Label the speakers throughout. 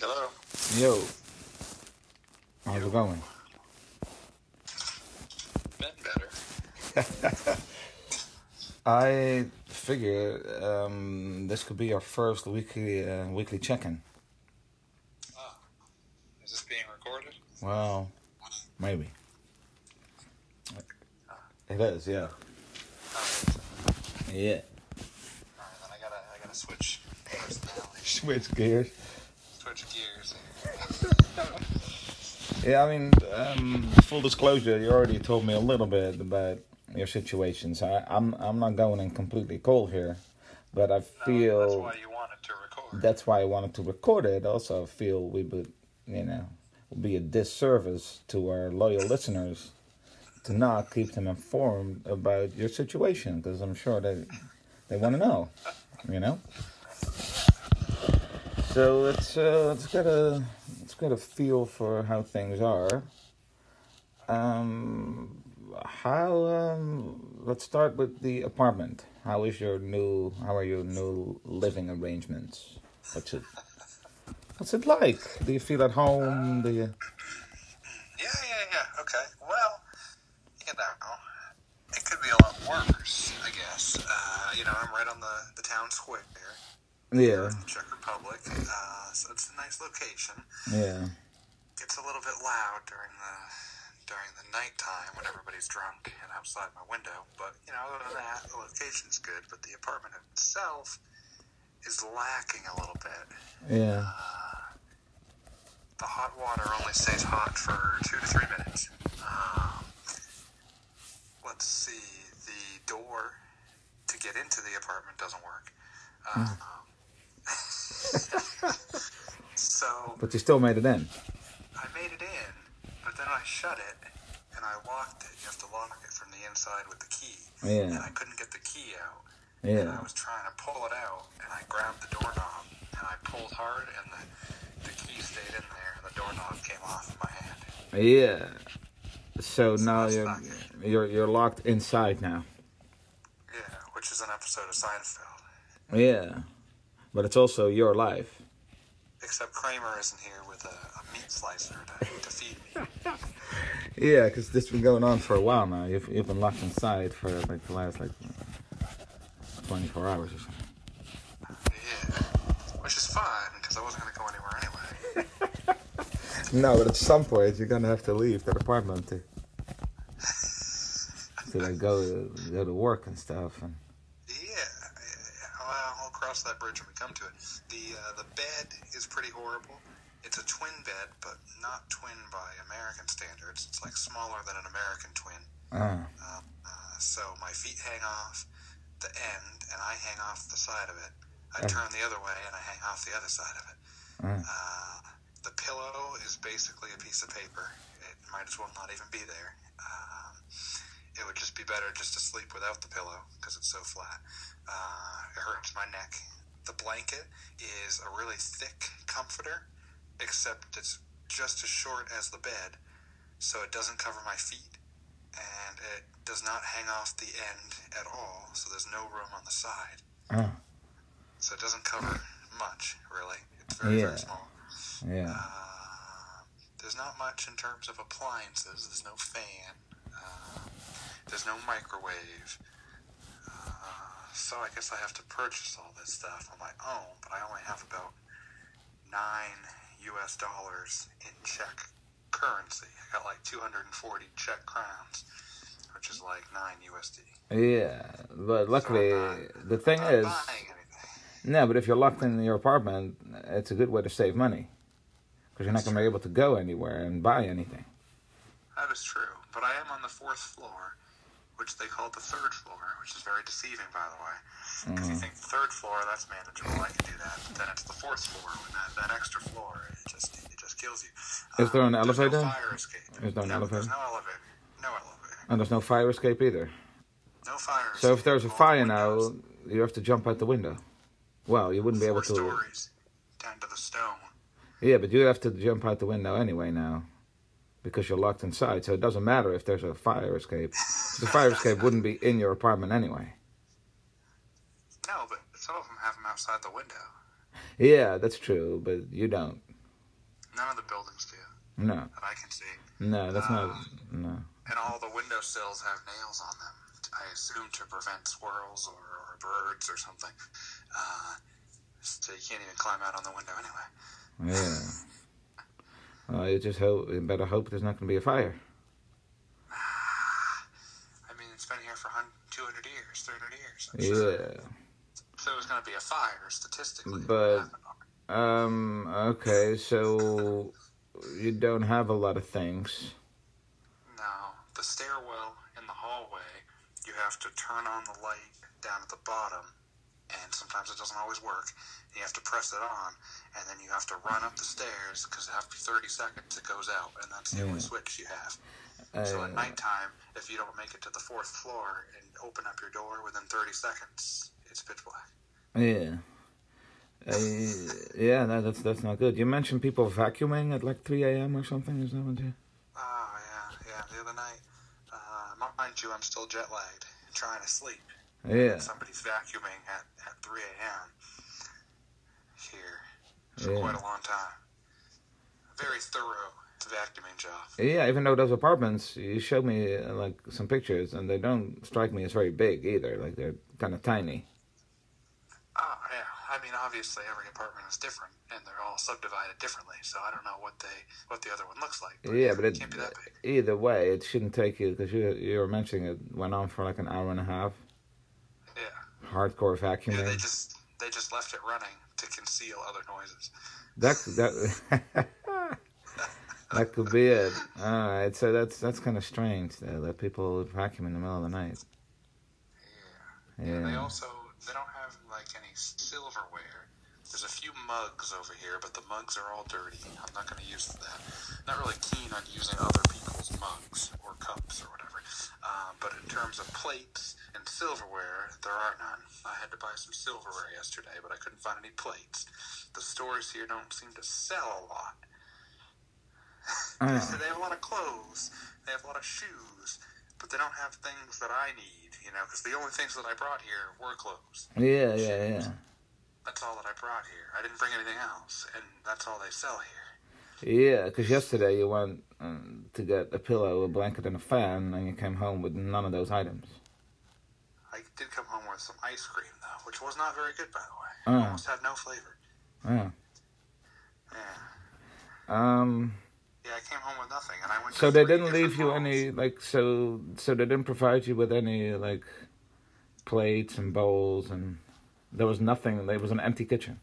Speaker 1: Hello.
Speaker 2: Yo. How's it going?
Speaker 1: Been better.
Speaker 2: I figure um, this could be our first weekly uh, weekly check-in.
Speaker 1: Oh. Is this being recorded?
Speaker 2: Well, maybe. It is, yeah.
Speaker 1: Oh, it's-
Speaker 2: Yeah.
Speaker 1: all right, then I gotta, I gotta switch personality,
Speaker 2: Switch gears.
Speaker 1: switch gears.
Speaker 2: Yeah, I mean, um, full disclosure, you already told me a little bit about your situation, so I, I'm I'm not going in completely cold here, but I
Speaker 1: No,
Speaker 2: feel
Speaker 1: Oh, that's why you wanted to record.
Speaker 2: that's why I wanted to record it. Also, I feel we would, you know, would be a disservice to our loyal listeners to not keep them informed about your situation because I'm sure they they want to know, you know. So let's uh, let's get a let's get a feel for how things are. Um, how um, let's start with the apartment. How is your new? How are your new living arrangements? What's it? What's it like? Do you feel at home? Do you?
Speaker 1: Yeah, yeah, yeah. Okay. Well, you know, it could be a lot worse, I guess. Uh, you know, I'm right on the, the town square there,
Speaker 2: Yeah,
Speaker 1: Czech Republic. Uh, so it's a nice location.
Speaker 2: yeah,
Speaker 1: Gets a little bit loud during the during the nighttime when everybody's drunk and outside my window. But you know, other than that, the location's good. But the apartment itself is lacking a little bit.
Speaker 2: yeah.
Speaker 1: the hot water only stays hot for two to three minutes. Um, let's see, the door to get into the apartment doesn't work. Um, so
Speaker 2: But you still made it in.
Speaker 1: I made it in, but then I shut it and I locked it. You have to lock it from the inside with the key.
Speaker 2: Yeah.
Speaker 1: And I couldn't get the key out. And I
Speaker 2: Yeah,
Speaker 1: was trying to pull it out, and I grabbed the doorknob, and I pulled hard, and the, the key stayed in there, and the doorknob came off of my hand.
Speaker 2: yeah. So now
Speaker 1: that's
Speaker 2: you're
Speaker 1: not good.
Speaker 2: you're you're locked inside now.
Speaker 1: Yeah, which is an episode of Seinfeld.
Speaker 2: Yeah, but it's also your life.
Speaker 1: Except Kramer isn't here with a, a meat slicer to, to feed me.
Speaker 2: Yeah, because this been going on for a while now. You've, you've been locked inside for like the last like 24 hours or something.
Speaker 1: Yeah, which is fine because I wasn't gonna go anywhere anyway.
Speaker 2: No, but at some point you're gonna have to leave that apartment to to like go go to work and stuff. And
Speaker 1: Yeah, yeah, well, I'll cross that bridge when we come to it. The uh, the bed is pretty horrible. It's a twin bed, but not twin by American standards. It's like smaller than an American twin.
Speaker 2: ah,
Speaker 1: Um, uh, so my feet hang off the end, and I hang off the side of it. I
Speaker 2: Oh.
Speaker 1: turn the other way, and I hang off the other side of it.
Speaker 2: Mm.
Speaker 1: Uh, the pillow is basically a piece of paper. It might as well not even be there. Um, it would just be better just to sleep without the pillow because it's so flat. Uh, it hurts my neck. The blanket is a really thick comforter, except it's just as short as the bed, so it doesn't cover my feet and it does not hang off the end at all, so there's no room on the side.
Speaker 2: ah,
Speaker 1: So it doesn't cover much, really. It's very,
Speaker 2: Yeah.
Speaker 1: very small.
Speaker 2: yeah,
Speaker 1: Uh, there's not much in terms of appliances. There's no fan. Uh, there's no microwave. Uh, so I guess I have to purchase all this stuff on my own, but I only have about nine U.S. dollars in Czech currency. I got like 240 Czech crowns, which is like nine USD.
Speaker 2: yeah. But luckily, the thing
Speaker 1: I'm
Speaker 2: is,
Speaker 1: not buying anything.
Speaker 2: no. But if you're locked in your apartment, it's a good way to save money because you're not gonna be able to go anywhere and buy anything.
Speaker 1: That is true, but I am on the fourth floor, which they call the third floor, which is very deceiving, by the way. Because
Speaker 2: Mm.
Speaker 1: you think the third floor, that's manageable, I can do that. But then it's the fourth floor, and that, that extra floor, it just it just kills you. Um,
Speaker 2: Is there an
Speaker 1: there's no
Speaker 2: elevator?
Speaker 1: fire escape.
Speaker 2: Is there an
Speaker 1: no, There's
Speaker 2: elevator?
Speaker 1: no elevator. No elevator.
Speaker 2: And there's no fire escape either.
Speaker 1: No fire.
Speaker 2: So if
Speaker 1: escape.
Speaker 2: there's a
Speaker 1: All the
Speaker 2: fire
Speaker 1: windows,
Speaker 2: now, you have to jump out the window. Well, you wouldn't be able
Speaker 1: four
Speaker 2: to.
Speaker 1: stories down to the stone.
Speaker 2: Yeah, but you have to jump out the window anyway now, because you're locked inside. So it doesn't matter if there's a fire escape. The fire escape wouldn't be in your apartment anyway.
Speaker 1: No, but some of them have them outside the window.
Speaker 2: Yeah, that's true, but you don't.
Speaker 1: None of the buildings do
Speaker 2: No,
Speaker 1: that I can see,
Speaker 2: no, that's not. No.
Speaker 1: and all the windowsills have nails on them. I assume to prevent squirrels or, or birds or something. Uh, so you can't even climb out on the window anyway.
Speaker 2: Yeah. Uh, you just hope. You better hope there's not going to be a fire.
Speaker 1: I mean, it's been here for hun- 200 years, 300 years. I'm sure.
Speaker 2: Yeah.
Speaker 1: So there's going to be a fire statistically. it
Speaker 2: But-
Speaker 1: happened already.
Speaker 2: Um. Okay. So you don't have a lot of things.
Speaker 1: Now, the stairwell in the hallway, you have to turn on the light down at the bottom, and sometimes it doesn't always work. You have to press it on, and then you have to run up the stairs because after 30 seconds it goes out, and that's the only
Speaker 2: Yeah.
Speaker 1: switch you have. so at
Speaker 2: Uh,
Speaker 1: nighttime, if you don't make it to the fourth floor and open up your door within 30 seconds, it's pitch black.
Speaker 2: yeah. Uh, yeah. No, that's that's not good. You mentioned people vacuuming at like 3 a.m. or something. Is that what you?
Speaker 1: Oh, yeah, yeah, the other night. Uh, mind you, I'm still jet lagged, trying to sleep.
Speaker 2: Yeah.
Speaker 1: Somebody's vacuuming at, at 3 a.m. here for
Speaker 2: Yeah.
Speaker 1: quite a long time. Very thorough vacuuming job.
Speaker 2: Yeah, even though those apartments, you showed me uh, like some pictures, and they don't strike me as very big either. Like they're kind of tiny.
Speaker 1: Oh, yeah. I mean, obviously, every apartment is different, and they're all subdivided differently, so I don't know what they what the other one looks like.
Speaker 2: Yeah, but it,
Speaker 1: can't be that big.
Speaker 2: either way, it shouldn't take you because you you were mentioning it went on for like an hour and a half.
Speaker 1: Yeah.
Speaker 2: Hardcore
Speaker 1: yeah.
Speaker 2: vacuuming.
Speaker 1: They just they just left it running to conceal other noises.
Speaker 2: That that that could be it. All right, so that's that's kind of strange though, that people would vacuum in the middle of the night.
Speaker 1: Yeah. yeah. They
Speaker 2: Yeah.
Speaker 1: also they don't have like any silverware. There's a few mugs over here, but the mugs are all dirty. I'm not going to use that. Not really keen on using other people's mugs or cups or whatever. Uh, but in terms of plates and silverware, there are none. I had to buy some silverware yesterday, but I couldn't find any plates. The stores here don't seem to sell a lot.
Speaker 2: Oh,
Speaker 1: So they have a lot of clothes, they have a lot of shoes, but they don't have things that I need, you know, because the only things that I brought here were clothes.
Speaker 2: yeah, yeah, yeah,
Speaker 1: That's all that I brought here. I didn't bring anything else, and that's all they sell here.
Speaker 2: yeah. Because yesterday you went um, to get a pillow, a blanket, and a fan, and you came home with none of those items.
Speaker 1: I did come home with some ice cream, though, which was not very good, by the way.
Speaker 2: Oh.
Speaker 1: Almost had no flavor.
Speaker 2: Oh.
Speaker 1: Yeah.
Speaker 2: Um.
Speaker 1: Yeah, I came home with nothing, and I went.
Speaker 2: So
Speaker 1: to
Speaker 2: they
Speaker 1: three
Speaker 2: didn't leave you
Speaker 1: different
Speaker 2: any like so. So they didn't provide you with any like plates and bowls, and there was nothing. There was an empty kitchen,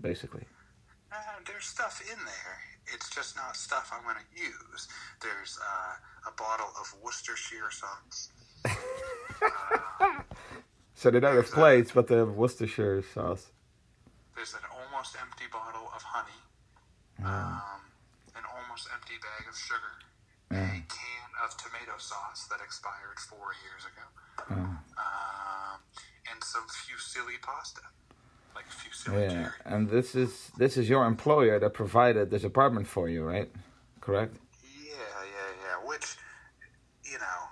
Speaker 2: basically.
Speaker 1: malls. Uh, there's stuff in there. It's just not stuff I'm going to use. There's uh, a bottle of Worcestershire sauce.
Speaker 2: So they don't have plates, but they have Worcestershire sauce.
Speaker 1: There's an almost empty bottle of honey,
Speaker 2: Mm.
Speaker 1: um, an almost empty bag of sugar, a
Speaker 2: Mm.
Speaker 1: can of tomato sauce that expired four years ago,
Speaker 2: Mm.
Speaker 1: um, and some fusilli pasta, like fusilli
Speaker 2: Yeah,
Speaker 1: jerry.
Speaker 2: and this is this is your employer that provided this apartment for you, right? Correct.
Speaker 1: Yeah, yeah, yeah. Which, you know,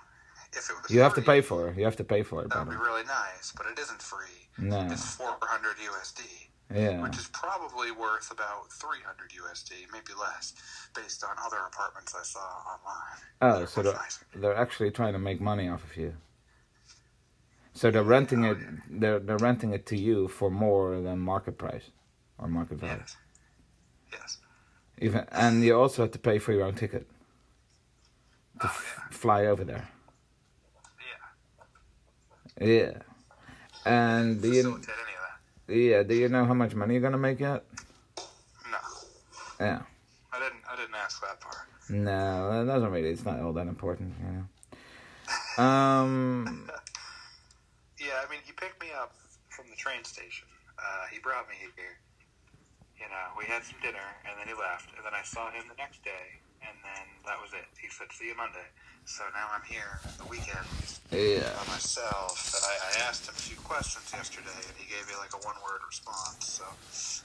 Speaker 1: if it was
Speaker 2: You have to
Speaker 1: free,
Speaker 2: pay for it. You have to pay for it,
Speaker 1: That would be
Speaker 2: brother.
Speaker 1: really nice, but it isn't free.
Speaker 2: No.
Speaker 1: It's 400 USD.
Speaker 2: Yeah.
Speaker 1: which is probably worth about 300 USD, maybe less, based on other apartments I saw online.
Speaker 2: Oh, so
Speaker 1: Which
Speaker 2: they're,
Speaker 1: I-
Speaker 2: they're actually trying to make money off of you. So they're renting
Speaker 1: Oh,
Speaker 2: it. They're they're renting it to you for more than market price, or market value.
Speaker 1: yes, yes,
Speaker 2: Even and you also have to pay for your own ticket
Speaker 1: Oh,
Speaker 2: to f- fly over there.
Speaker 1: yeah.
Speaker 2: Yeah, and do you,
Speaker 1: Facilitate any of that?
Speaker 2: yeah, do you know how much money you're gonna make yet?
Speaker 1: No,
Speaker 2: Yeah,
Speaker 1: I didn't. I didn't ask that part.
Speaker 2: no, that doesn't really. It's not all that important, you know. Um,
Speaker 1: Yeah, I mean, he picked me up from the train station. Uh, he brought me here. You know, we had some dinner, and then he left, and then I saw him the next day, and then that was it. He said, "See you Monday." So now I'm here on the weekend.
Speaker 2: yeah,
Speaker 1: by myself that I, I asked him a few questions yesterday and he gave me like a one word response. So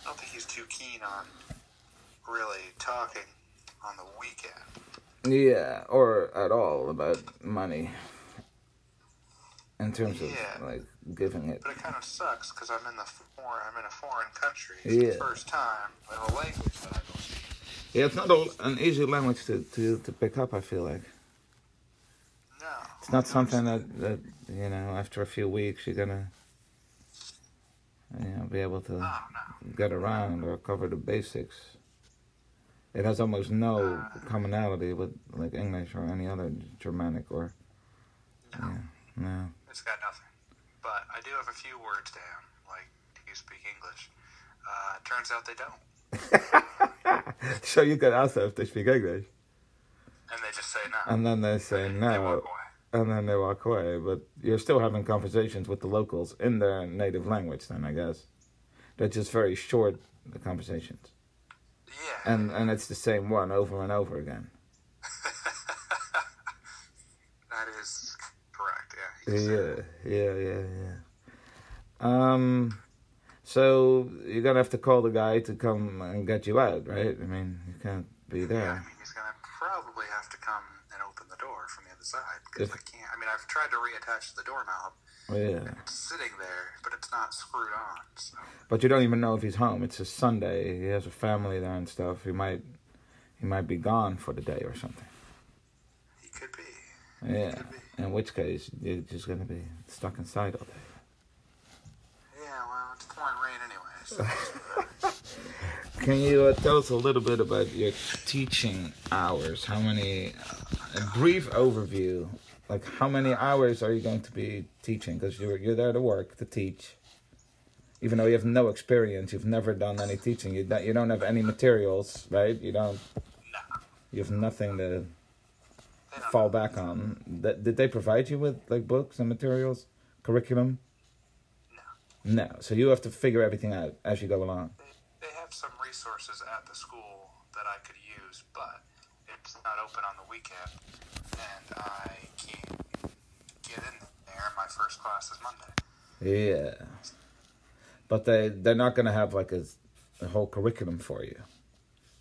Speaker 1: I don't think he's too keen on really talking on the weekend.
Speaker 2: yeah, or at all about money. in terms of
Speaker 1: Yeah.
Speaker 2: like giving it.
Speaker 1: But it kind of sucks because I'm in the foreign. I'm in a foreign country. It's
Speaker 2: Yeah.
Speaker 1: the first time in a language that I don't speak.
Speaker 2: Yeah, it's not a, an easy language to, to, to pick up. I feel like
Speaker 1: No.
Speaker 2: it's not something that, that you know after a few weeks you're gonna you know be able to
Speaker 1: No, no.
Speaker 2: get around or cover the basics. It has almost no commonality with like English or any other Germanic or
Speaker 1: No.
Speaker 2: no.
Speaker 1: It's got nothing. But I do have a few words down. Like, do you speak English? Uh, turns out they don't.
Speaker 2: so you could ask them if they speak English,
Speaker 1: And they just say no.
Speaker 2: and then they say
Speaker 1: They
Speaker 2: Uh, no,
Speaker 1: walk away.
Speaker 2: and then they walk away. But you're still having conversations with the locals in their native language. Then I guess they're just very short conversations,
Speaker 1: Yeah.
Speaker 2: and and it's the same one over and over again.
Speaker 1: that is correct. Yeah. You can say
Speaker 2: Yeah, yeah, yeah, yeah. Um, so you're gonna have to call the guy to come and get you out, right? I mean, you can't be
Speaker 1: Yeah, I
Speaker 2: there.
Speaker 1: mean, he's gonna probably have to come and open the door from the other side because
Speaker 2: If-
Speaker 1: I can't. I mean, I've tried to reattach the doorknob.
Speaker 2: Yeah,
Speaker 1: It's sitting there, but it's not screwed on. So
Speaker 2: but you don't even know if he's home. It's a Sunday. He has a family there and stuff. He might, he might be gone for the day or something.
Speaker 1: he could be.
Speaker 2: Yeah.
Speaker 1: Could be.
Speaker 2: In which case, you're just gonna be stuck inside all day.
Speaker 1: Yeah. Well, it's pouring rain anyway.
Speaker 2: Uh,
Speaker 1: So
Speaker 2: Can you uh, tell us a little bit about your teaching hours? How many? uh, A brief overview. Like, how many hours are you going to be teaching? Because you're you're there to work to teach. Even though you have no experience, you've never done any teaching. You don't, you don't have any materials, right? You don't. You have nothing to
Speaker 1: they don't
Speaker 2: fall back on. Th- did they provide you with like books and materials, curriculum? No. No. So you have to figure everything out as you go along.
Speaker 1: they, they have some resources at the school that I could use, but it's not open on the weekend, and I can't get in there. My first class is Monday.
Speaker 2: Yeah. But they they're not gonna have like a, a whole curriculum for you.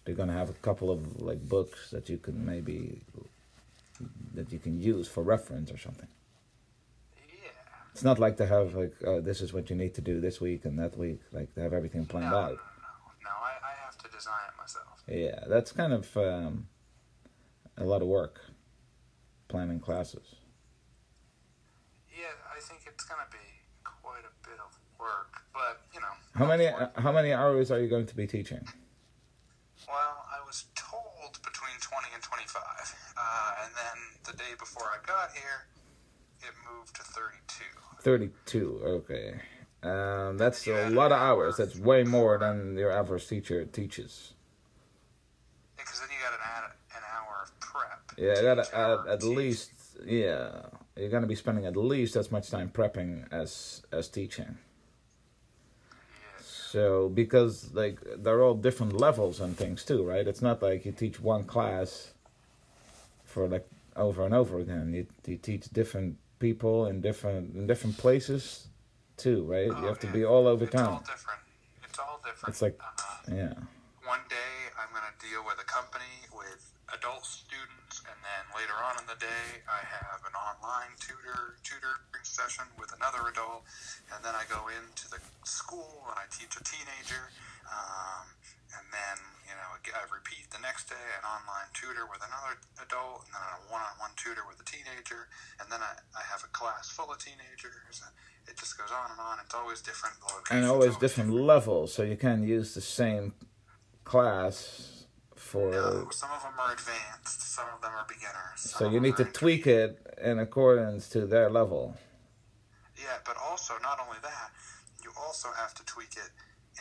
Speaker 2: They're gonna have a couple of like books that you can maybe that you can use for reference or something.
Speaker 1: Yeah.
Speaker 2: It's not like they have like oh, this is what you need to do this week and that week. Like they have everything
Speaker 1: No,
Speaker 2: planned
Speaker 1: no, no,
Speaker 2: out.
Speaker 1: no. No, I, I have to design it myself.
Speaker 2: Yeah, that's kind of um, a lot of work planning classes.
Speaker 1: Yeah, I think it's gonna be quite a bit of work, but you know.
Speaker 2: How many
Speaker 1: Well,
Speaker 2: how many hours are you going to be teaching?
Speaker 1: I was told between twenty and twenty-five, uh, and then the day before I got here, it moved to thirty-two.
Speaker 2: 32 okay um, that's a lot of hours that's way more than your average teacher teaches
Speaker 1: Because then you got an, ad, an hour of prep.
Speaker 2: yeah you gotta
Speaker 1: Teach hour,
Speaker 2: add at
Speaker 1: teach.
Speaker 2: least yeah you're gonna be spending at least as much time prepping as as teaching
Speaker 1: Yeah.
Speaker 2: so because like they're all different levels and things too right it's not like you teach one class for like over and over again you, you teach different people in different in different places too right you
Speaker 1: Oh,
Speaker 2: have to
Speaker 1: yeah.
Speaker 2: be all over
Speaker 1: It's all
Speaker 2: town
Speaker 1: different. It's all different.
Speaker 2: It's like-
Speaker 1: uh,
Speaker 2: yeah
Speaker 1: one day I'm going to deal with a company with adult students, and then later on in the day I have an online tutor tutoring session with another adult, and then I go into the school and I teach a teenager, um, and then you know ag- I repeat the next day an online tutor with another adult, and then a one-on-one tutor with a teenager, and then I, I have a class full of teenagers. And it just goes on and on. It's always different. the
Speaker 2: and
Speaker 1: location's
Speaker 2: always different levels, so you can use the same class
Speaker 1: No,
Speaker 2: for.
Speaker 1: some of them are advanced, some of them are beginners.
Speaker 2: So you need to
Speaker 1: tweak.
Speaker 2: tweak it in accordance to their level.
Speaker 1: Yeah, but also not only that, you also have to tweak it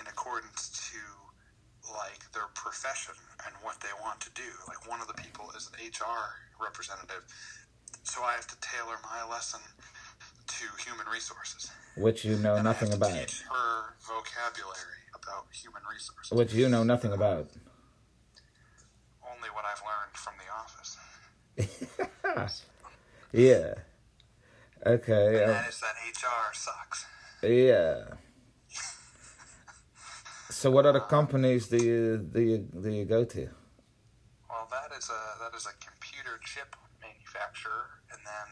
Speaker 1: in accordance to like their profession and what they want to do. Like one of the people is an HR representative, so I have to tailor my lesson to human resources.
Speaker 2: Which you know
Speaker 1: And I
Speaker 2: Oh, nothing
Speaker 1: have to
Speaker 2: about.
Speaker 1: Teach her vocabulary about human resources.
Speaker 2: Which you know nothing about.
Speaker 1: Only what I've learned from the office.
Speaker 2: Yeah. Okay.
Speaker 1: And
Speaker 2: uh,
Speaker 1: that is that HR sucks.
Speaker 2: yeah. So what other companies do you do you do you go to?
Speaker 1: Well, that is a that is a computer chip manufacturer, and then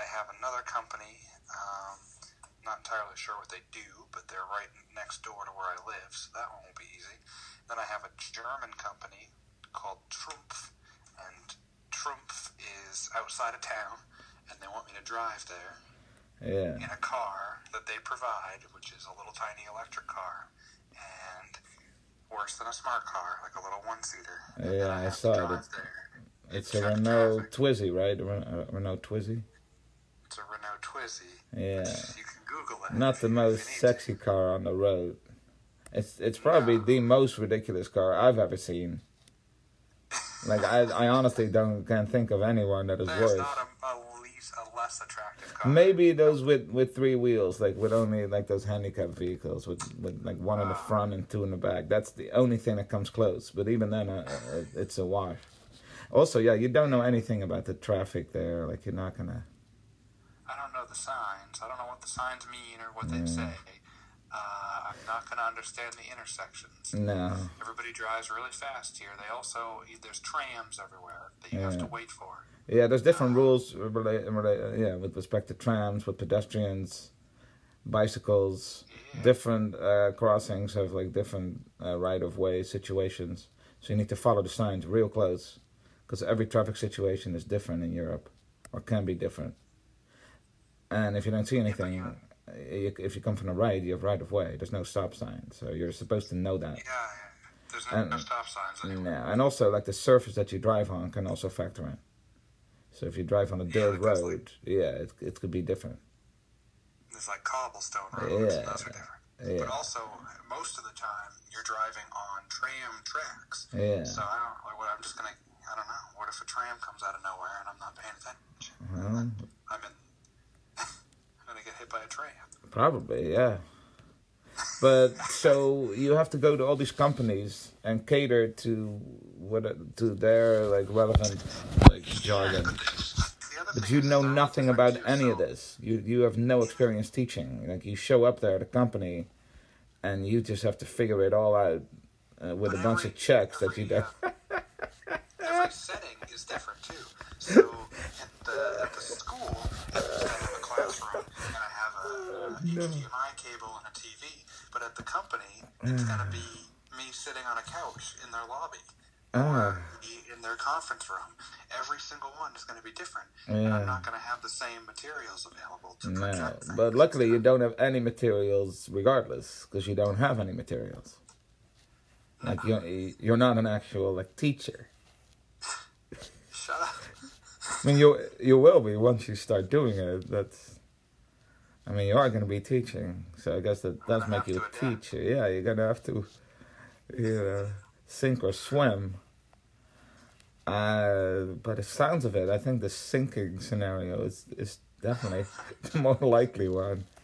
Speaker 1: I have another company Um, not entirely sure what they do, but they're right next door to where I live, so that one won't be easy. Then I have a German company called Trumpf, and Trumpf is outside of town, and they want me to drive there
Speaker 2: Yeah.
Speaker 1: in a car that they provide, which is a little tiny electric car, and worse than a smart car, like a little one seater.
Speaker 2: Yeah, I saw it.
Speaker 1: There.
Speaker 2: It's
Speaker 1: Check
Speaker 2: a
Speaker 1: the
Speaker 2: Renault
Speaker 1: traffic.
Speaker 2: Twizy, right? Ren- uh, Renault Twizy.
Speaker 1: It's a Renault Twizy.
Speaker 2: Yeah.
Speaker 1: You can Google it.
Speaker 2: Not the
Speaker 1: if you
Speaker 2: most
Speaker 1: need to.
Speaker 2: sexy car on the road. It's it's probably the most ridiculous car I've ever seen. Like I, I honestly don't can't think of anyone that is
Speaker 1: There's
Speaker 2: worse.
Speaker 1: not a, a, least, a less attractive car.
Speaker 2: Maybe those with, with three wheels, like with only like those handicap vehicles with, with like one in the front and two in the back. That's the only thing that comes close. But even then, uh, uh, it's a wash. Also, yeah, you don't know anything about the traffic there. Like you're not gonna.
Speaker 1: I don't know the signs. I don't know what the signs mean or what they say. Uh, I'm not going to understand the intersections.
Speaker 2: No.
Speaker 1: Everybody drives really fast here. They also there's trams everywhere that you have to wait for.
Speaker 2: Yeah, there's different rules relate, relate, yeah, with respect to trams, with pedestrians, bicycles. Different uh, crossings have like different uh, right of way situations, so you need to follow the signs real close, because every traffic situation is different in Europe, or can be different. And if you don't see anything, uh, you, if you come from the right, you have right of way. There's no stop sign, so you're supposed to know that.
Speaker 1: Yeah, yeah. there's no, no
Speaker 2: And- Mm.
Speaker 1: stop signs anywhere.
Speaker 2: Yeah, and also like the surface that you drive on can also factor in. So if you drive on a dirt
Speaker 1: like that's like-
Speaker 2: road, yeah, it it could be different.
Speaker 1: There's like cobblestone roads.
Speaker 2: Yeah.
Speaker 1: and Those are different.
Speaker 2: Yeah.
Speaker 1: But also, most of the time you're driving on tram tracks.
Speaker 2: Yeah.
Speaker 1: So I don't. Like, what I'm just gonna. I don't know. What if a tram comes out of nowhere and I'm not paying attention?
Speaker 2: Well,
Speaker 1: I'm in. I'm gonna get hit by a tram.
Speaker 2: probably, yeah. But so you have to go to all these companies and cater to what to their like relevant like jargon.
Speaker 1: The other
Speaker 2: But
Speaker 1: thing
Speaker 2: you
Speaker 1: is
Speaker 2: know
Speaker 1: that
Speaker 2: nothing
Speaker 1: they're
Speaker 2: about
Speaker 1: too
Speaker 2: any of
Speaker 1: so-
Speaker 2: this. You you have no experience teaching. Like you show up there at a company, and you just have to figure it all out uh, with
Speaker 1: But
Speaker 2: a bunch
Speaker 1: every-
Speaker 2: of checks that you
Speaker 1: every,
Speaker 2: don't.
Speaker 1: uh, every setting is different too. So at the, at the school, I have a classroom and I have a, a
Speaker 2: Mm.
Speaker 1: HDMI cable and a TV. But at the company, it's gonna be me sitting on a couch in their lobby.
Speaker 2: Ah.
Speaker 1: me In their conference room, every single one is going to be different, and I'm not going to have the same materials available to
Speaker 2: No,
Speaker 1: project. things.
Speaker 2: but luckily you don't have any materials, regardless, because you don't have any materials. Like you, you're not an actual like teacher.
Speaker 1: Shut up.
Speaker 2: I mean, you you will be once you start doing it. That's, I mean, you are going to be teaching, so I guess that does
Speaker 1: gonna
Speaker 2: make
Speaker 1: have
Speaker 2: you
Speaker 1: to
Speaker 2: a
Speaker 1: adapt.
Speaker 2: teacher. Yeah, you're gonna have to, you know, sink or swim. Uh, by the sounds of it, I think the sinking scenario is is definitely the more likely one.